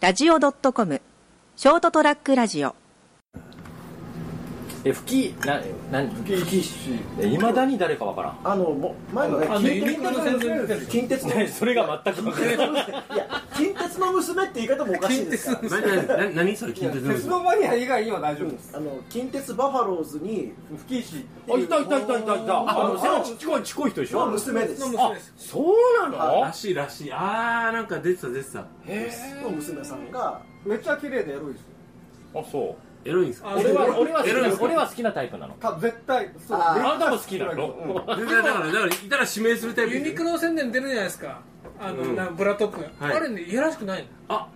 ST-radio.com ショートトラックラジオえ吹きな何生き生きしいまだに誰かわからんあのも前のねあの近鉄のユニットの先生娘近鉄の何それが全く分からないいや近鉄の娘って言い方もおかしいですから何何何何それ近鉄の鉄道マニア以外には大丈夫です。あの近鉄バファローズに吹き石ってあういたいたいたいたいたあの背のちっこいちっこい人でしのょ娘ですのあそうなのらしいらしいあーなんか出てた出てた娘さんがめっちゃ綺麗でエロいですよ。あそうエロいんすか俺は俺は好きエロいんなですか俺は好きなタイプなのた絶対そう。あーあなたも好きなのうんだからだからだからいたら指名するタイプユニクロの宣伝出るじゃないですかあの、うんなブラトップ、はいあれねいやらしくないのあ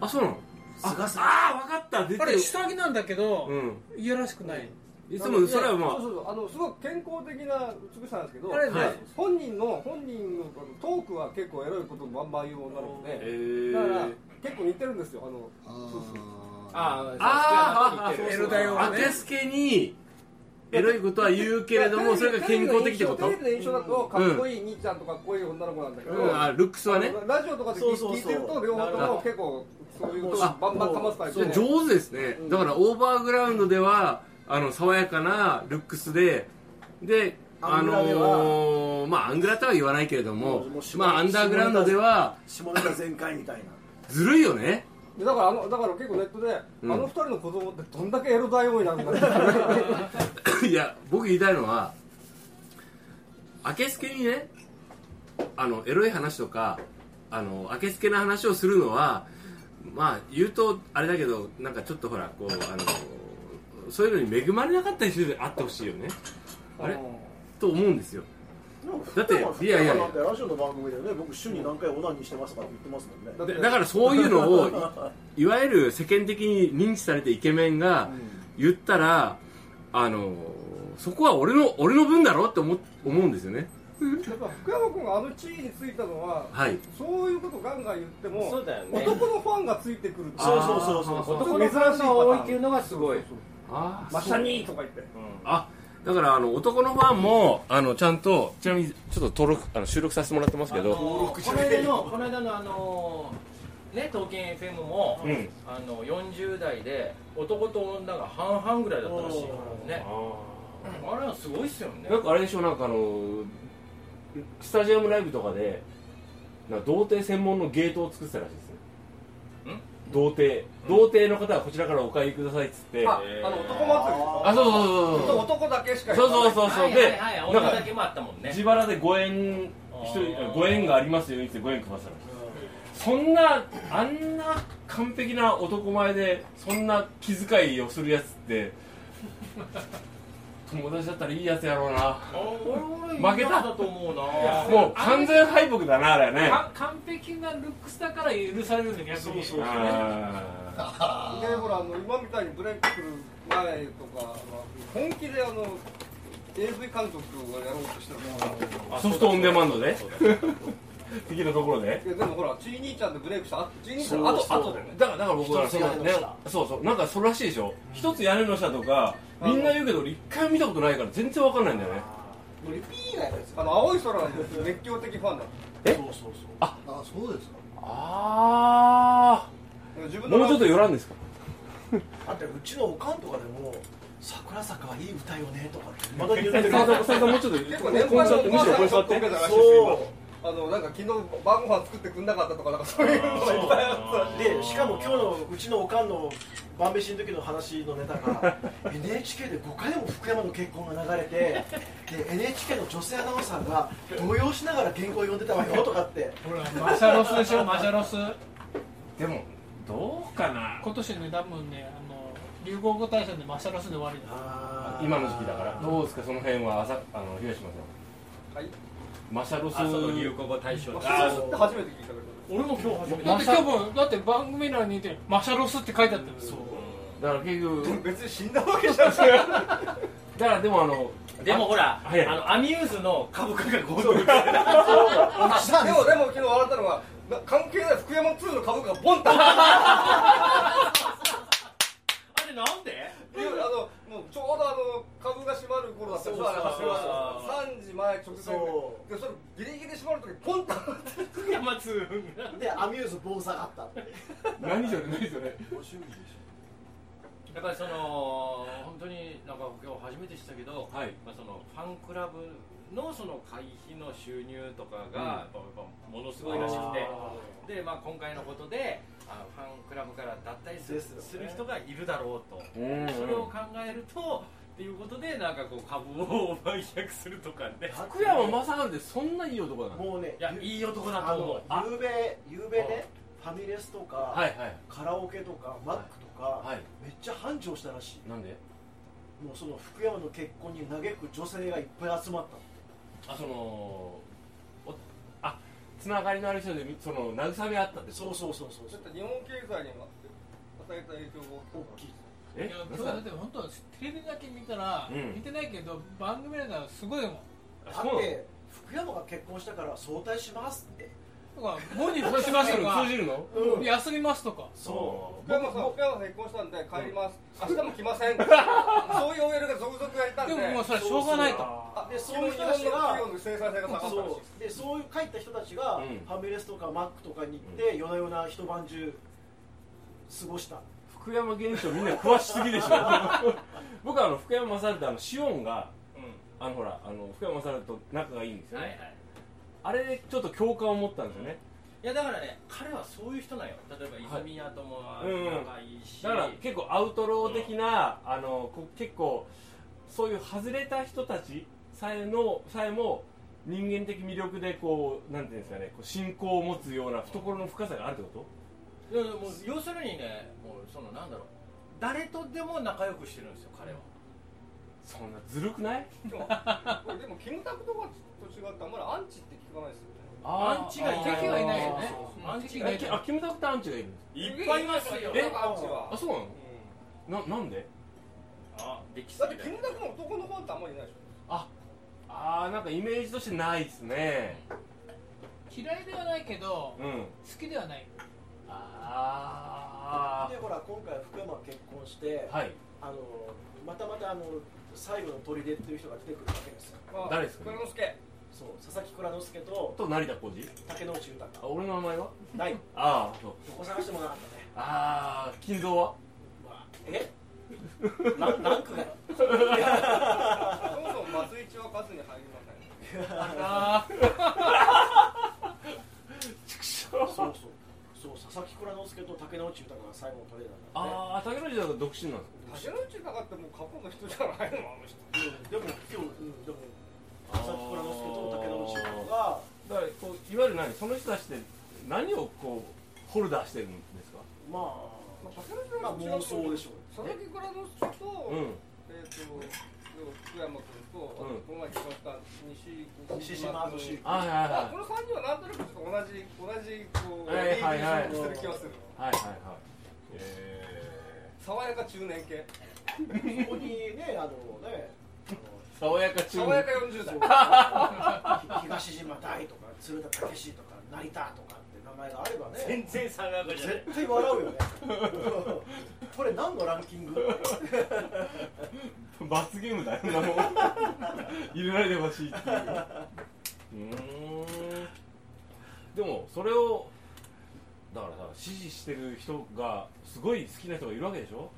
あそうなのあ菅さんあー分かった出てあれる下着なんだけど、うんいやらしくない、いつもそれはまそうそうそうあのすごく健康的な美しさなんですけど、あれねはい本人の本人のトークは結構エロいこともバンバン言う女の子あで、えだからー結構似てるんですよあのああーあーエロだよあねけすけにエロいことは言うけれどもそれが健康的ってこテとレビの印象だとかっこいい兄ちゃんとかっこいい女の子なんだけど、うんあルックスはねラジオとかでそうそうそう聞いてると両方とも結構そういうことをバンバンかますタイプそでう上手ですねだからオーバーグラウンドではあの爽やかなルックスででアあングラではのーまあアングラとは言わないけれどももう下まあアンダーグラウンドでは下ネタ全開みたいなずるいよね でだからあのだから結構ネットで、うんあの二人の子供ってどんだけエロ大王になるんだっていや僕言いたいのは明けすけにねあのエロい話とかあの明けすけな話をするのはまあ言うとあれだけどなんかちょっとほらこうあのそういうのに恵まれなかった人であってほしいよねあれと思うんですよだっていやいやいやだってラジオの番組でね僕週に何回オナニーしてますとか言ってますもんねだってだからそういうのを いいわゆる世間的に認知されてイケメンが言ったら、あのそこは俺の俺の分だろって思思うんですよねやっぱ福山君があの地位についたのははいそういうことガンガン言ってもそうだよね男のファンがついてくるっていそうそうそうそうあー男のファンが多いっていうのがすごいあマシャニーとか言ってあだからあの男のファンもあのちゃんとちなみにちょっと登録あの収録させてもらってますけどこの間のこの間のあのーね東京 FM も、うんあの40代で男と女が半々ぐらいだったらしいねあれはすごいっすよねなんかあれでしょなんかあのスタジアムライブとかでなんか童貞専門のゲートを作ってたらしいですね童貞童貞の方はこちらからお買いくださいっつってあああの男祭りでしょそうそうそうそう男だけしかそううそうそうそうではいはい、なん女だかけもあったもんね自腹で5円一人5円がありますようにって5円配ってたらしいですそんなあんな完璧な男前でそんな気遣いをするやつって友達だったらいいやつやろうなあ俺負けたいいやつだと思うなもう完全敗北だなあれはねか完璧なルックスだから許されるんだ逆にそうそうあでほらあの今みたいにブレイクする前とかは本気であの AV 監督がやろうとしてるーソフトオンデマンドで 的なところでいやでもほらちい兄ちゃんでブレイクした後ちい兄ちゃんの後後でねだからだから僕はそのねそうそうなんかそれらしいでしょ一つ屋根の下とかみんな言うけど俺一回も見たことないから全然わかんないんだよねあの青い空の熱狂的ファンだっあそうですかあた自あ分のもうちょっと寄らんですかだってうちのおかんとかでも「桜坂はいい歌よね」とかってまだ言う斉藤さんもうちょっと結構年配のお母さんにショック受けたらしいですよ今あのなんか昨日晩ご飯作ってくんなかったとかなんかそういうのがいっぱいあっでしかも今日のうちのおかんの晩飯の時の話のネタ が NHK で5回も福山の結婚が流れてで NHK の女性アナウンサーが動揺しながら原稿を読んでたわよとかってほらマシャロスでしょ マシャロスでもどうかな今年ね多分ねあの流行語大賞でマシャロスで終わりだ今の時期だからどうですかその辺は朝あの東島さてはいんマシャロスあその流行語大賞マだシャロスって初めて聞いたけど俺も今日初めてだって今日もだって番組欄にいてマシャロスって書いてあったよそうだから結局別に死んだわけじゃないだからでもあのでもほら、はいあのアミューズの株価が5ドルでもでも昨日笑ったのはな関係ない福山2の株価がボンって上がったあれなんでいやあのもうちょうどあの株が閉まる頃だったそうからそうそう3時前直前そででそれギリギリ閉まる時ポンって上がっていや浜通運がでアミューズ坊主があったって何それ何それご趣味でしやっぱりその本当になんか今日初めてしたけど、はいまあそのファンクラブのその会費の収入とかがやっぱやっぱものすごいらしくて、でまあ今回のことであファンクラブから脱退する,、ですよねする人がいるだろううと、んそれを考えるとっていうことでなんかこう株を売却するとかね。ょ福山雅治ってそんないい男なのもうねいやいい男だあと思うの。ゆうべゆうべねファミレスとか、はいはいカラオケとかマックとか、はいめっちゃ繁盛したらしなんでいもうその福山の結婚に嘆く女性がいっぱい集まったあそのおあつながりのある人でその慰めあったってそうそうそうそうちそょっうと日本経済にも与えた影響が大大ききいえいや今何日すだっかて本当テレビだけ見たら、うん見てないけど番組なんかすごい もんあだそうなのって福山が結婚したから早退しますってだから5人しますとか通じるのうん休みますとかそ福山さん福山さん結婚したんで帰ります、明日も来ませんそういう OL が続々やったんででももうそれはしょうがないとあででそそうういいうう人人たたちちがが生産性がう下がったらしいそうでそういう帰った人たちが、うんファミレスとかマックとかに行って、夜な夜な一晩中過ごした福山現象みんな詳しすぎでしょ 僕はあの福山雅治とあのシオンがあのほらあの福山雅治と仲がいいんですうんよはね、いはい。あれでちょっと共感を持ったんですよねいやだからね彼はそういう人なんよ。例えば泉谷とも仲いいし。だから結構アウトロー的な、あのこ結構そういう外れた人たちさえのさえも人間的魅力でこうなんていうんですかねこう信仰を持つような懐の深さがあるってこいやいやもう要するにねもうそのなんだろう誰とでも仲良くしてるんですよ彼はとそんなずるくないでもこれでもキムタクとかと違ってあんまりアンチって聞かないですよねあーアンチがいない敵はいないよねあーうん敵えがいないきあキムタクとアンチがいるんですいっぱいいますよえアンチはあそうなのななんであできすだっぎてキムタクの男のファンってあんまりいないでしあーなんかイメージとしてないですね嫌いではないけど好うんきではないあでほら今回福山が結婚して、あはいあのまたまたあの最後の砦っていう人が出てくるわけですよょ誰ですか倉之助そう佐々木蔵之介とと成田浩二竹野内豊あ俺の名前はないどああそうこ探してもなかったねああ金蔵はえランランクがそもそも松一は数に入りませんあそうそうそう佐々木蔵之介と竹野内豊が最後のトレーナーだああ竹野内さんが独身なんで竹す野内豊ってもう過去の人じゃないのあの人ねでも今日、うん、でも佐々木蔵之介と竹野内豊がかだからこういわゆる何その人たちって何をこうホルダーしてるんですかままあ竹あまあ野妄内豊想では違うとしょう佐々木蔵之介とうんえっと福山君とあとうんこの前結婚した西西島敏君行あはいはいまあはこの三人はなんとなくちょっと同じ同じこうはいはいはいリーグに所属してる気がするいはいはいはいえ爽やか中年系ここにねあのねー爽やか中爽やか40そ代うひ東島大とか鶴田武史とか成田とかって名前があればね全然差が上がじゃない絶対笑うよねこれ何のランキング罰ゲームだよ なもん入れないでほしいっていううーんでもそれをだからさ支持してる人がすごい好きな人がいるわけでしょ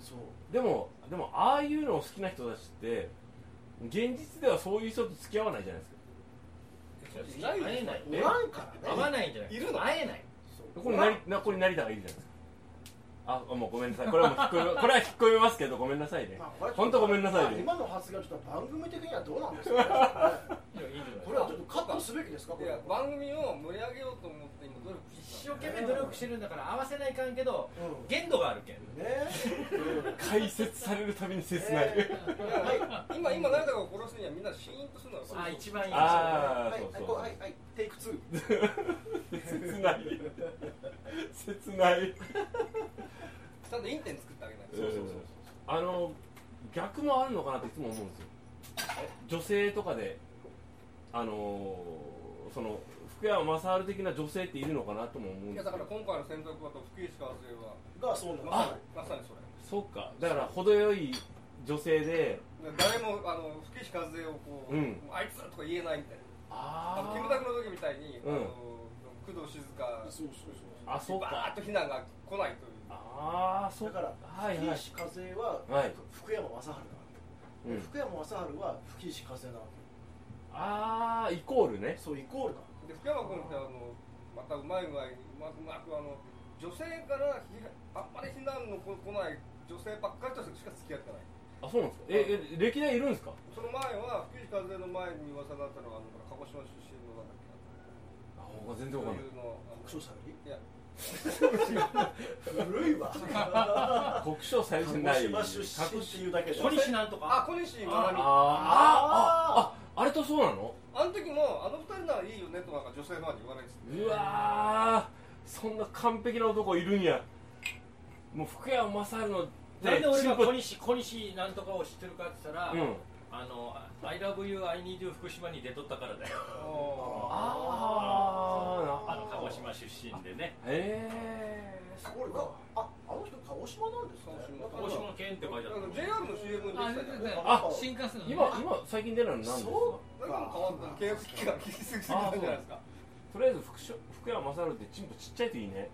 そうでもでもああいうのを好きな人たちって現実ではそういう人と付き合わないじゃないですかいない会えないおらんから会ねわないんじゃないいるの会えないここになりなここに成田がいるじゃないですかああもうごめんなさいこれはもう引っ込め これは引っ込めますけどごめんなさいねまあこれはちょっと本当ごめんなさいね今の発言はちょっと番組的にはどうなんですかねいやいいんじゃないこれはちょっとカットすべきですかこいれや番組を盛り上げようと思って今努力して一生懸命努力してるんだから合わせないかんけどう限度があるけんんねうん解説されるたびに切ない、えーたいや今今誰だかを殺すにはみんなシーンとするのあ一番いいですよねああはいそはういそう、こうはいはいテイク2切ない切ないちゃんとインテン作ってあげないそうそうそうあの逆もあるのかなっていつも思うんですよ女性とかであのーその福山雅治的な女性っているのかなとも思ういんでやすけだどから今回の専属はと福石川生はがそうなんまさにまさにそれそうかだから程よい女性で誰もあの福石和恵をこう、うんあいつらとか言えないみたいなあのあキムタクの時みたいに、うんあの工藤工藤静香そうそうそうあそうバーッとか避難が来ないというああそうだからはい吹石はい風ははい福山雅治なうんわけ、福山雅治は吹石風なわああイコールねけそうイコールなで福山君ってあのまたうまいうまいうまくうまくあの女性からひあんまり避難のこ来ない女性ばっかりとしか付き合ってないあそうなんですかええ歴代いるんですかその前は福井風の前に噂になったのはあの鹿児島出身のなんだっけあほ全然女わかんない優のあの国生さんよりいや古いわ国書最初鹿な児い島出身っていうだけで小西なんとあか小西真奈美ああーあーあああれとそうなのの時もあの二人ならいいよねとなんか女性ファンに言われててうわーそんな完璧な男いるんやもう福山雅治のなんで俺がチンポ小西小西なんとかを知ってるかって言ったら、うんあの「I love you I need you 福島」に出とったからだよあーあの鹿児島出身でねなへすごいわああの人鹿児島なんですね鹿鹿児島県って書いてあなんるか JR の CM に出てあたじ出ゃてんたよあ新幹線のえね今今最近出るのは何ですかそなんかもう変わった契約期間切りすぎてたんじゃないですかとりあえず福しょ福山雅治ってチンポちっちゃいといいね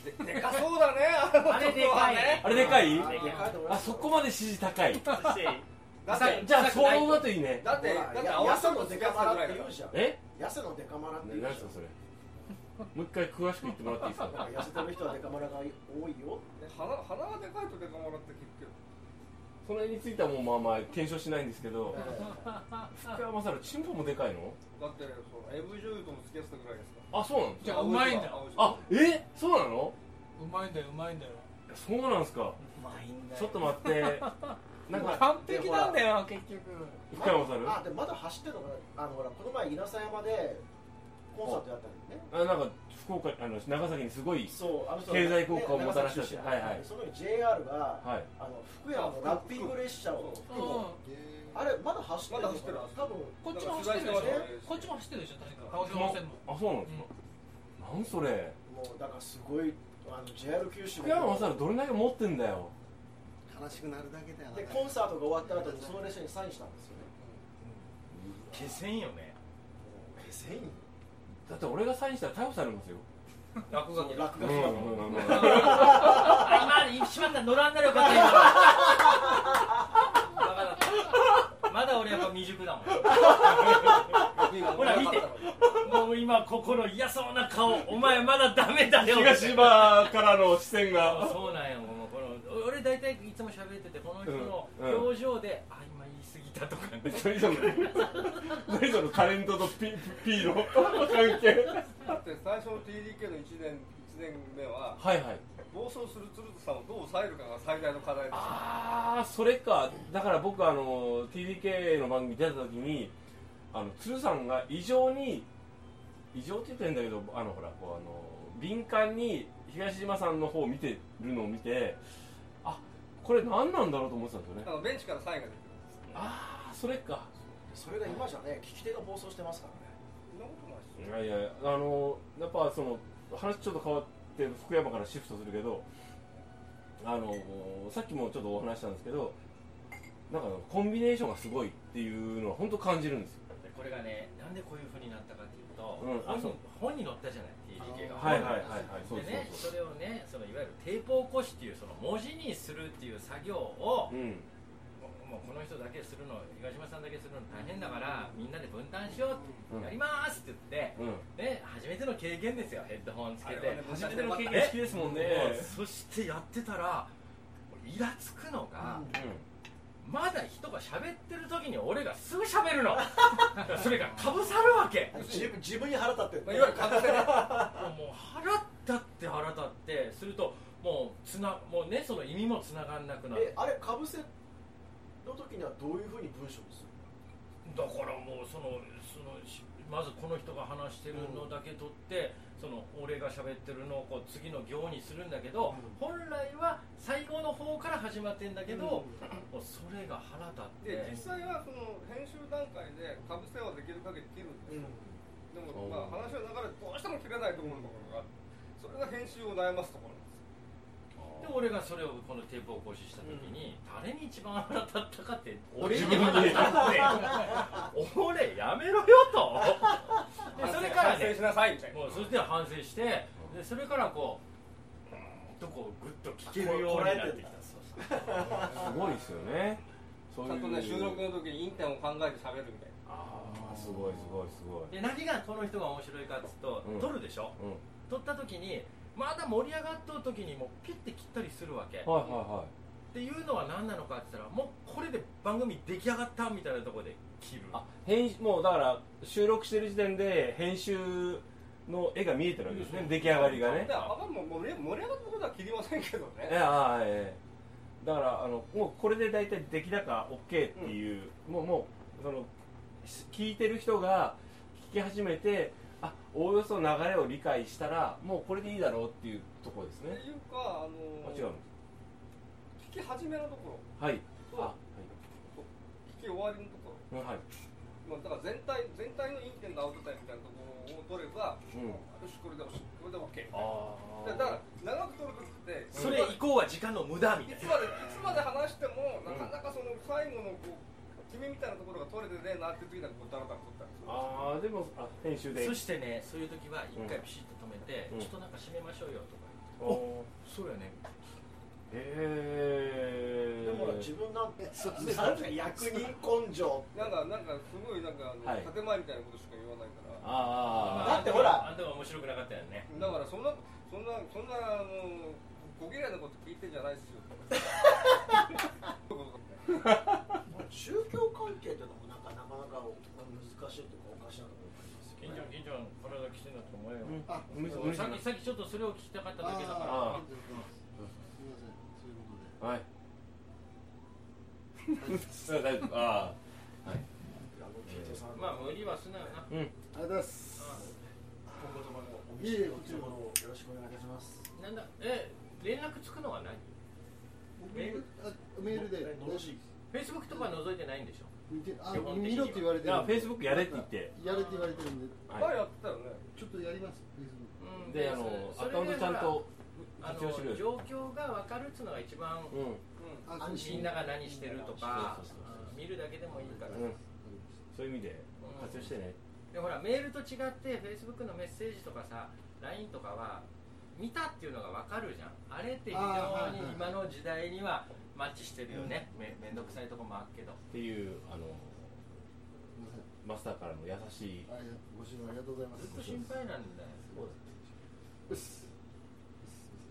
ででかそうだねあのあれでかいねあれでかいうあでかいと思いあますそこまで支持高 いだっさてじゃあ相応だといいねだってだって合わせせるのの付デき合カマってたラぐらって言いだかうじゃんえ痩せのデカマラって言うじゃ何んですかそれもう一回詳しく言ってもらっていいですか なんか痩せてる人はデカマラが多いよらで鼻鼻がでかいとでかもらって聞くけどそれについてはもうまあまあ検証しないんですけどえ福山雅治チンポもでかいのだってそう AV 女優とも付き合ってたぐらいですかあそうなんですじかゃあうまいんだよああえそうなのうまいんだようまいんだよいやそうなんですかえまあいいんだよちょっと待 ってなんか完璧なんだよ結局福山雅治あでもまだ走ってるのかなあのほらこの前稲佐山でコンサートやったんだよねあなんか福岡あの長崎にすごいそうあの人経済効果をもたらしたしねはいはいその時 JR が、はいあの福山のラッピング列車をうんあれまだ走ってるのかなまだ走ってる多分こっちも走ってるでしょだからこっちも走ってるでしょ確か鹿児島線もあそうなんですか、なんそれもうだからすごいあの JR 九州の福山雅治どれだけ持ってんだよ悲しくなるだけだよでコンサートが終わった後にその列車にサインしたんですよね 気せんよねえサインだって俺がサインしたら逮捕されますよ落書き落う書んきがうんうんうんあ今しまった乗らんならよかった今バカだったまだ俺やっぱ未熟だもんほら見てもう今心嫌そうな顔お前まだダメだよ 東島からの視線あがそうなんやもうこの俺大体いつも喋っててこの人のうんうん表情で、あ今言い過ぎたとかね何その何そのタレントとピピーの関係だって最初の TDK の1年一年目ははいはい暴走する鶴田さんをどう抑えるかが最大の課題ですああそれかだから僕あの TDK の番組出た時にあの鶴さんが異常に異常って言ってんだけどあのほらこうあの敏感に東島さんの方を見てるのを見てあこれ何なんだろうと思ってたんですよねあのベンチからサインが出てるああそれかそれが今じゃね聞き手が暴走してますからねそんなことないいやいやあのやっぱその話ちょっと変わって福山からシフトするけどあのさっきもちょっとお話ししたんですけどなんかコンビネーションがすごいっていうのは本当感じるんですよこれがねなんでこういうふうになったかっていうと、うんあ本そうに本に載ったじゃない TDK がはいはいはいはいそうでですねそそうでれをねそのいわゆるテープ起こしっていうその文字にするっていう作業を、すうんもうこの人だけするの東島さんだけするの大変だからみんなで分担しよう、うんやりますって言って、うんね、初めての経験ですよヘッドホンつけて、あれはね初めての経験え好きですもんねうんそしてやってたらイラつくのが、まだ人が喋ってる時に俺がすぐ喋るのそれがかぶさるわけ自分自分に腹立ってる、まあ、いわゆる覚醒もう腹立って腹立ってするともうつなもうねその意味もつながんなくなるえあれかぶせの時にはどういうふうに文章にするだからもうそのそのしまずこの人が話してるのだけ取って、その俺が喋ってるのをこう次の行にするんだけど、本来は最後の方から始まってんだけど、もうそれが腹立でって実際はその編集段階でかぶせはできる限り切るんですよ、でもまあ話の流れでどうしても切れないと思うところがあってそれが編集を悩ますところなんですよで俺がそれをこのテープを行使した時に、誰に一番腹立ったかって俺に自分に 腹立ったって俺やめろよと でそれから反省ねしなさいみたいなもうそして反省してでそれからこうどこをグッと聞けるようになってきたすごいですよねそういうちゃんとね収録の時にインタを考えて喋るみたいああすごいすごいすごいで何がこの人が面白いかっつうと、うん撮るでしょうん撮った時にまだ盛り上がっとる時にもうピッて切ったりするわけ、はいはいはいっていうのは何なのかって言ったらもうこれで番組出来上がったみたいなところで切るあ編集もうだから収録してる時点で編集の絵が見えてるわけですね、出来上がりがな。ねだからあんま盛り盛り上がったことは切りませんけどえね。ああええだからあのもうこれで大体出来高 OK っていう、もうもうそのし聞いてる人が聞き始めてあおおよそ流れを理解したらもうこれでいいだろうっていうところですってねいうかああの違うの聞き始めのところ、はいあとは聞き終わりのところ。いうんはいまあ、だから全体全体のインテンのアウトタイムみたいなところを取れば、うんよしこれでおしこれで OK ああだから長くそ取る時ってれ以降は時間の無駄みたいいつまでいつまで話してもなかなかその最後のこう決めみたいなところが取れてねえなっていう時なんかこうダラダラ取ったりするああでもあ編な集そでしてねそういう時は一回うんピシッと止めて、うんちょっとなんか締めましょうよとかおそうやねへえでもほら自分なんてそうなんか役人根性なんかなんかすごいなんかあの、はい建前みたいなことしか言わないからだかだああってほらあんたが面白くなかったよねらそんなそんなそんなあのご嫌いなこと聞いてんじゃないですよ宗教関係ってのもなんかなかなか難しいというかおかしなところがあります銀ちゃん銀ちゃん体きてんだと思うよ、あ無理無理さっきさっきちょっとそれを聞きたかっただけだからああすみませんそういうこはい。大丈夫。ああの金城さん、まあ無理はすなよなあ。うん。とでありがとうございます今後ともおいえい店えの注文をよろしくお願いいたしますなんだえ連絡つくのはないメールあメールでのろしフェイスブックとか覗いてないんでしょ見てあ基本的には見ろって言われてじゃるあフェイスブックやれって言って。やれって言われてるんで前はやってたよねちょっとやりますフェイスブックうんい。であのアカウントちゃんとあの活用してくれる。状況が分かるっつうのが一番うん。あ安心みんなが何してるとかそうそうそうそううん見るだけでもいいから、うん。そういう意味で活用してね。でほらメールと違ってフェイスブックのメッセージとかさ LINE とかは見たっていうのが分かるじゃんあれって非あーはい常はいに今の時代にはマッチしてるよね、めめんどくさいとこもあるけどっていうあのマスターからの優しい。あいやご指導ありがとうございますずっと心配なんだようっす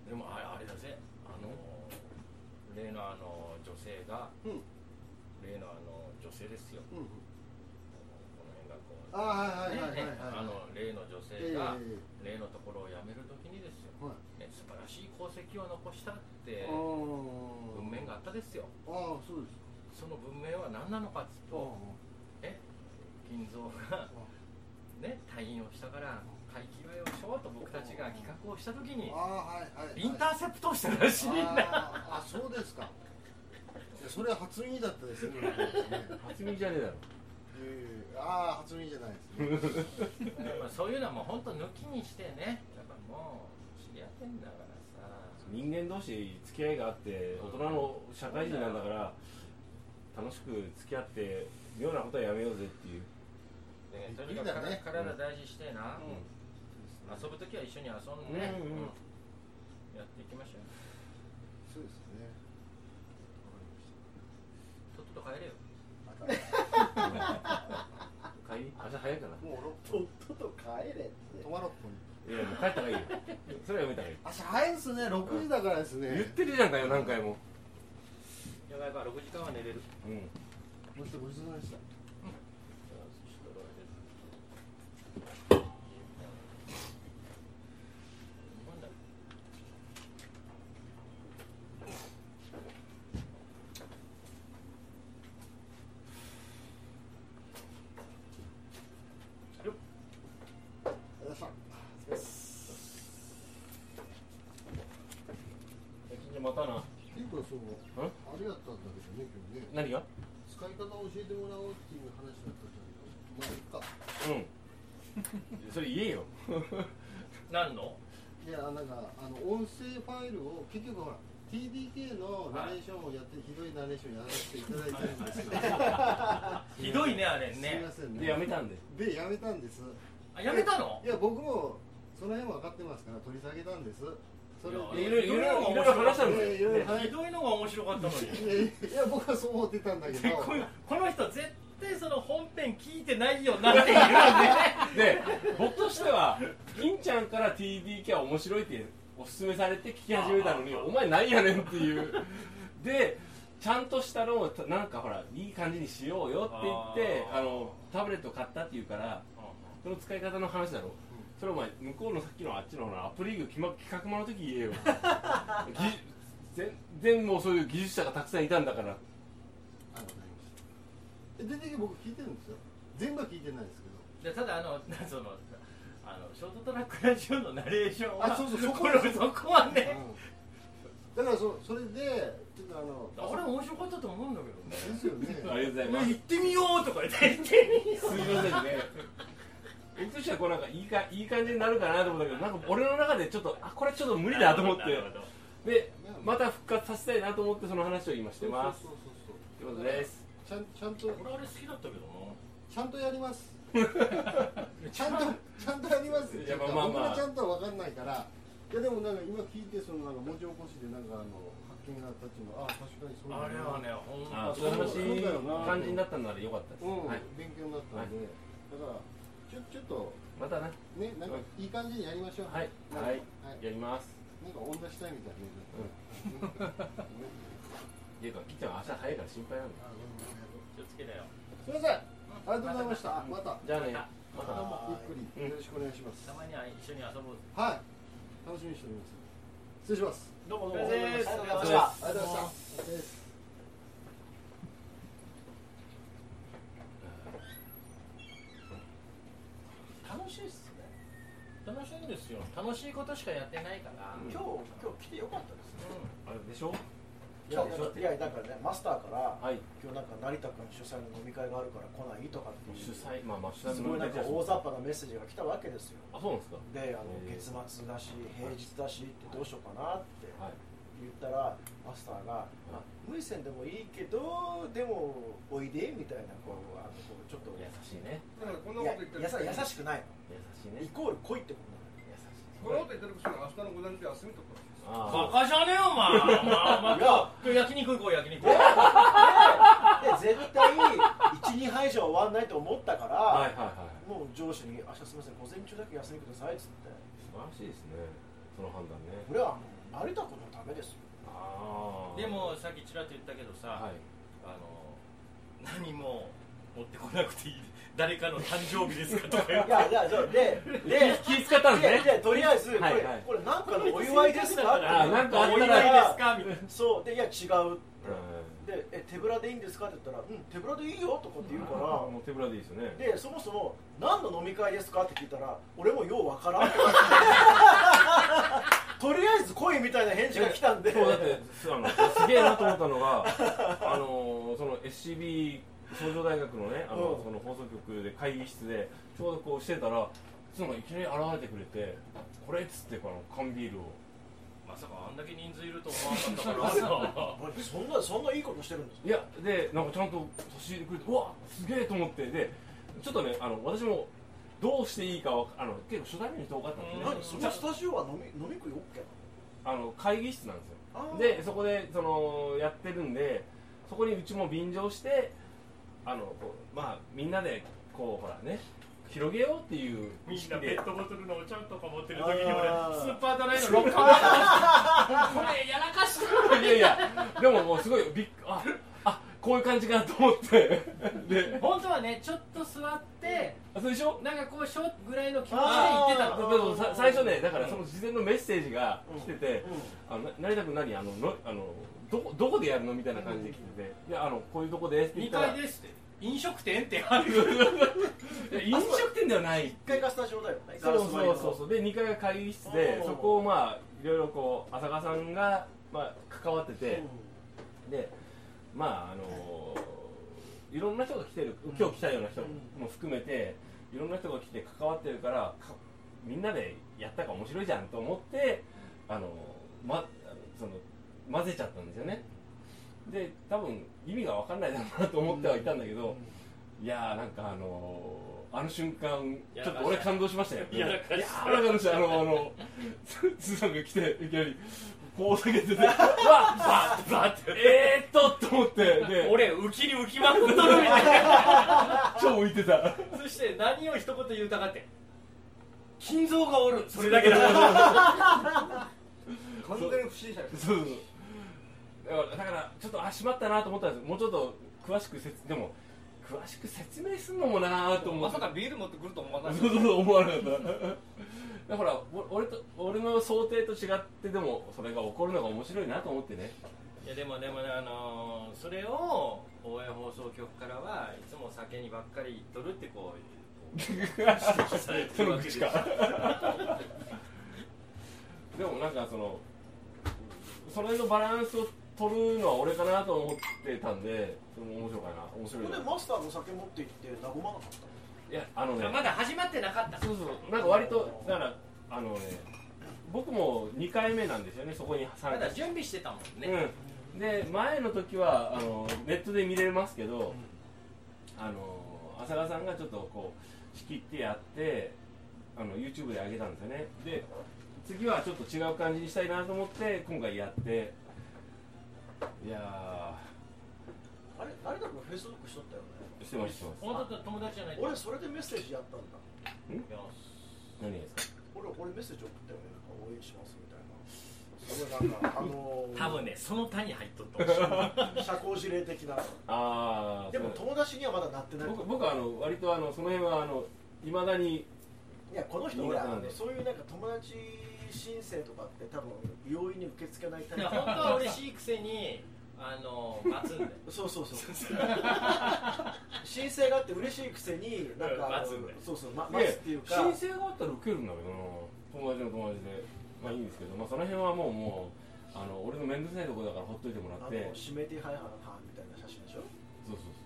でもあれあれだぜあの例のあの女性が、うん例のあの女性ですようんこの辺がこうあはいはいはいはいねあの例の女性がえ例のところを辞めるときにですよ、はいね、素晴らしい功績を残したってあ文面があったですよああそうですその文面は何なのかっつうと銀蔵がね退院をしたから会期祝いをしようと僕たちが企画をしたときにあはいはいインターセプトをしたらしいんだああそうですかいやそれは初耳だったですね初耳じゃねえだろ。ええああ初耳じゃないですねまあそういうのはもう本当抜きにしてねやっぱもう知り合ってんだからさ人間同士付き合いがあって大人の社会人なんだから楽しく付き合って妙なことはやめようぜっていう。でとにびっくりかだくね体体大事してな、うん遊ぶときは一緒に遊んで、うんうんうんうんやっていきましょうよそうですねとっとと帰れよ帰り明日早いかな。もうとっとと帰れって止まろっといやもう帰った方がいいよ。それはやめた方がいい。あ早いですね6時だからです言っねてるじゃんかよ何回も。やばいやばい6時間は寝れるうん。ごちそうさまでしたありがとうございましたじゃまたな。リンクはそうありがたんだけどね今日ね何が？使い方を教えてもらおうっていう話だったんだけどまあいいかうん。それ言えよ。何のいやなんかあの音声ファイルを結局ほら TDK のナレーションをやって、ひどいナレーションやらせていただいてるんですよ、ひどいねあれすみねませんでねやめたんで。でやめたんですああやめたのいや僕もその辺分かってますから取り下げたんですそれいでやいろいろいろいろ話したんですよいろいろひどいのが面白かったのにいやいや僕はそう思ってたんだけどでこのこの人絶対その本編聞いてないよなって言うんで僕としては金ちゃんから TDK は面白いっておすすめされて聞き始めたのにお前なんやねんっ ていうでちゃんとしたのをなんかほらいい感じにしようよって言ってあーあのタブレット買ったっていうからその使い方の話だろそれお前向こうのさっきのあっちのほらアップリーグ企画企画もの時言え よ技全然もうそういう技術者がたくさんいたんだからあのねえ出てきて僕聞いてるんですよ全部は聞いてないですけ どででただあのなそのあのショートトラックラジオのナレーションはあそうそうそここれそこはねだからそそれでちょっとあのあれ面白かったと思うんだでけすよねありがとうございどまねす行ってみようとか言って行ってみよすみませんね。僕としてはこうなんかいいかいい感じになるかなと思ったけど、なんか俺の中でちょっとあこれちょっと無う理だと思ってな、るほどでまた復活させたいなと思ってその話を今してます。そうそうそうということです。そうちゃんちゃんと俺あれ好きだったけどちゃんとやります ちゃんとちゃんとやりますよいやまあまあ僕まあがちゃんと分かんないからいやでもなんか今聞いてそのなんか文字起こしでなんかあの発見があったっていうのはあ確かにそうなあれはねねほんあとそういう話そうだよな感じになったのなら良かったです。うん、はい。勉強になったんで、だからちょちょっとまたね。ねなんかいい感じにやりましょうはいなんかはいはいやります。なんか女したいみたいなねなんかねっていうかキッちゃんは朝早いから心配なんだよ。あ気ごをつけだよ めんごめんすいませんありがとうございましたまたじゃあね。また。ゆっくりよろしくお願いしますたまには一緒に遊ぼうぜはい楽しみにしております失礼しますどうもどうおも。疲れ様ですお疲れ様ありがとうございました楽しいっすね楽しいんですよ楽しいことしかやってないから、うん今日今日来てよかったですね。あれでしょ。いやなんかいやなんかねマスターからはい。今日なんか成田君主催の飲み会があるから来ないとかっていう主催まあまあ主催すごいなんかあ大雑把なメッセージが来たわけですよそうなんですか。であのへえ月末だし平日だしってどうしようかなってはい。言ったらマスターがは「い無理せんでもいいけどでもおいで」みたいなこうあのこうちょっと優しいね。だからこんなやこと言ってるやさ優しくない優しいのイね。コール来いってことなのこんなこ優しい。と言ってる人は明日の午前中休みとったらしいですあバカじゃねえよお前お前お前 今日焼肉行こう焼肉行こうで絶対12杯以上終わんないと思ったから、あ。はいはいはい。もう上司に「明日すみません午前中だけ休みください」っつって素晴らしいですねその判断ね俺はもう成田君のためですよあーでもさっきちらっと言ったけどさ、はいあの何も持ってこなくていい誰かの誕生日ですかとか言っいてやいやそうでで気使ったんでですねでとりあえずこれ,、はいはいこれなんかのお祝いですかってあーなんかあっお祝たいらですかみたいなそうでいや違ううんでえ手ぶらでいいんですかって言ったら「うん手ぶらでいいよ」とかって言うかあーらもう手ぶらでいいですよねでそもそも「何の飲み会ですか?」って聞いたら「俺もようわから ん」とりあえず来いみたいな返事が来たんでそうだってすあのすげえなと思ったのがあのーその SCB 創上大学のねあの、うんその放送局で会議室でちょうどこうしてたら妻がいきなり現れてくれてこれっつってこの缶ビールをまさかあんだけ人数いると思わなかった からさそんなそんないいことしてるんですいやでなんかちゃんと差し入れくれてうわすげえと思ってでちょっとねあの私もどうしていいかわかあの結構初対面の人多かったんで、ね、何そのスタジオは飲み飲み食い OK あの会議室なんですよなのでそこでそのやってるんでそこにうちも便乗してあのこうまあみんなでこうほらね広げようっていう意みん識なペでットボトルのお茶とか持ってる時に俺あースーパードライのロッカー これやらかしたいやいやで ももうすごいびっああこういう感じかなと思ってで本当はねちょっと座ってあそうでしょなんかこうショーぐらいの気持ちであ行ーってたでのでもさ最初ねだからその事前のメッセージが来てて、あのな成田君何あののあのどこどこでやるのみたいな感じで来てて、いやあのこういうとこですって2言ったら階ですって飲食店ってあ るよいや飲食店ではない1階がスタジオだよねそうそうガラスそうそうで2階が会議室でおーそこをまあいろいろこう浅川さんが、まあ、関わってて、でまああのーいろんな人が来てる今日来たような人も含めて、いろんな人が来て関わってるからかみんなでやったから面白いじゃんと思ってあのーまあのその混ぜちゃったんですよねで多分意味が分かんないだろうなと思ってはいたんだけど、いやーなんかあのーあの瞬間やちらかしょったと俺感動しましたよやらかしたいやーやらかしたあのあのつつーさんが来ていきなり こう下げててわっバッバッてえーっとと思って で俺浮きに浮きまくっとるみたいな超浮いてたそして何を一言言うたかって金蔵がおるそれだけ だ完全に不審者ですそうそうだからだからちょっとあしまったなと思ったんですもうちょっと詳しく説でも詳しく説明するのもなーと思まってさかビール持ってくると思わないそうそうそう思わなかった だからお俺と俺の想定と違ってでもそれが起こるのが面白いなと思ってねいやでもでもねあのーそれを応援放送局からはいつも酒にばっかり言っとるってこ う指摘されてそるのわけです口かでもなんかそのそれのバランスを取るのは俺かなと思ってたんでそれも面白いかな面白いこなでマスターの酒持って行って和まなかったいやあのねまだ始まってなかったそうそうなんか割とだからあのね僕も2回目なんですよねそこに参ま加だして準備してたもんね、うん、で前の時はあのネットで見れますけど、あの浅川さんがちょっとこう仕切ってやってあの YouTube で上げたんですよねで次はちょっと違う感じにしたいなと思って今回やっていやあれ誰だかフェイスブックしとったよねーしてますしてます本当だ友達じゃないと俺それでメッセージやったんだいや何がですか俺俺メッセージ送ったよねなんか応援しますみたいなすごいなんかあのー 多分ねその他に入っとった社交辞令的な ああでも友達にはまだなってない僕僕はあの割とあのその辺はあのいまだにいやこの人いいほならあなんのでそういうなんか友達申請とかって多分容易に受け付けないタイいプや本当は嬉しいくせにあのー待つんだ よそうそうそう申請があって嬉しいくせになんかあの待つんだよそうそう、ま、で待つっていうか申請があったら受けるんだけどな友達の友達でまあいいんですけど、まあ、その辺はもうもうあの俺の面倒くさいところだからほっといてもらあっのて指名手配犯犯みたいな写真でしょそうそうそう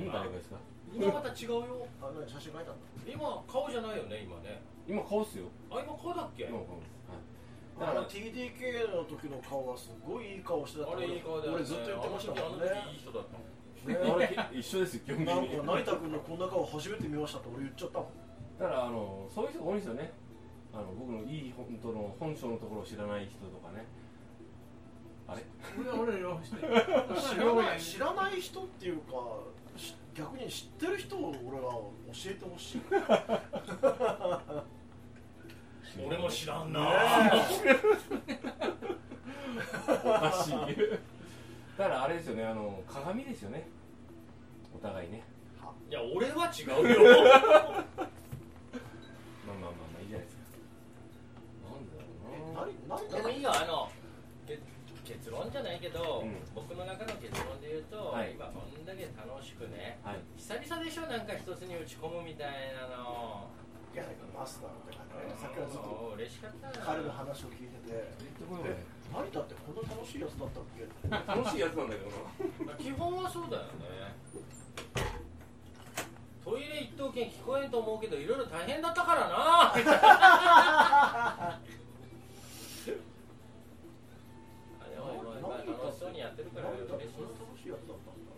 今誰がですか今また違うよあの写真書いたんだ今顔じゃないよね今ね今顔っすよあ今顔だっけ、今顔ですだはいかだからら TDK の時の顔はすごいいい顔してたってあれいい顔だよね俺ずっと言ってましたもんねあの時いい人だったもんねあれ一緒ですよ基本的なんにか成田君のこんな顔初めて見ましたって俺言っちゃったもんだからあのそういう人が多いんですよねあの僕のいい本当の本性のところを知らない人とかねあれ俺は俺よして知らない知らない人っていうかし逆に知ってる人を俺は教えてほしい俺も知らんな、おかしいだからあれですよねあの鏡ですよねお互いねいや俺は違うよまあまあまあまあいいじゃないですかなんでだろうな何で何もいいよあのけ結論じゃないけど、うん僕の中の結論で言うと、はい今こんだけ楽しくねはい久々でしょなんか一つに打ち込むみたいなのいやマスターみたいなねさっきからずっともう嬉しかったな彼の話を聞いてて成田ってこんな楽しいやつだったっけ楽しいやつなんだけどな基本はそうだよねトイレ一等券聞こえんと思うけどいろいろ大変だったからなあでもいろいろ楽しそうにやってるから成嬉田ってしこんな楽しいやつだったんだ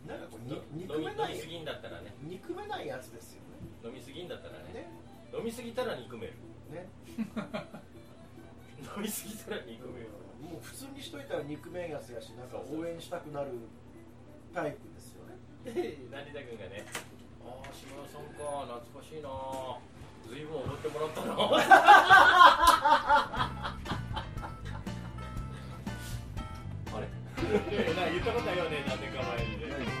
なんかこうにいです憎飲みめ飲ないみすぎんだったらね憎めないやつですよ飲みすぎんだったらねねね飲みすぎたら憎めるね飲みすぎたら憎めるもう普通にしといたら憎めんやつやしなんか応援したくなるタイプですよねで 成田君がね「ああ島田さんか懐かしいなずいぶん踊ってもら ったな」あれ いやいやなんか言ったことあるよね何年か前にね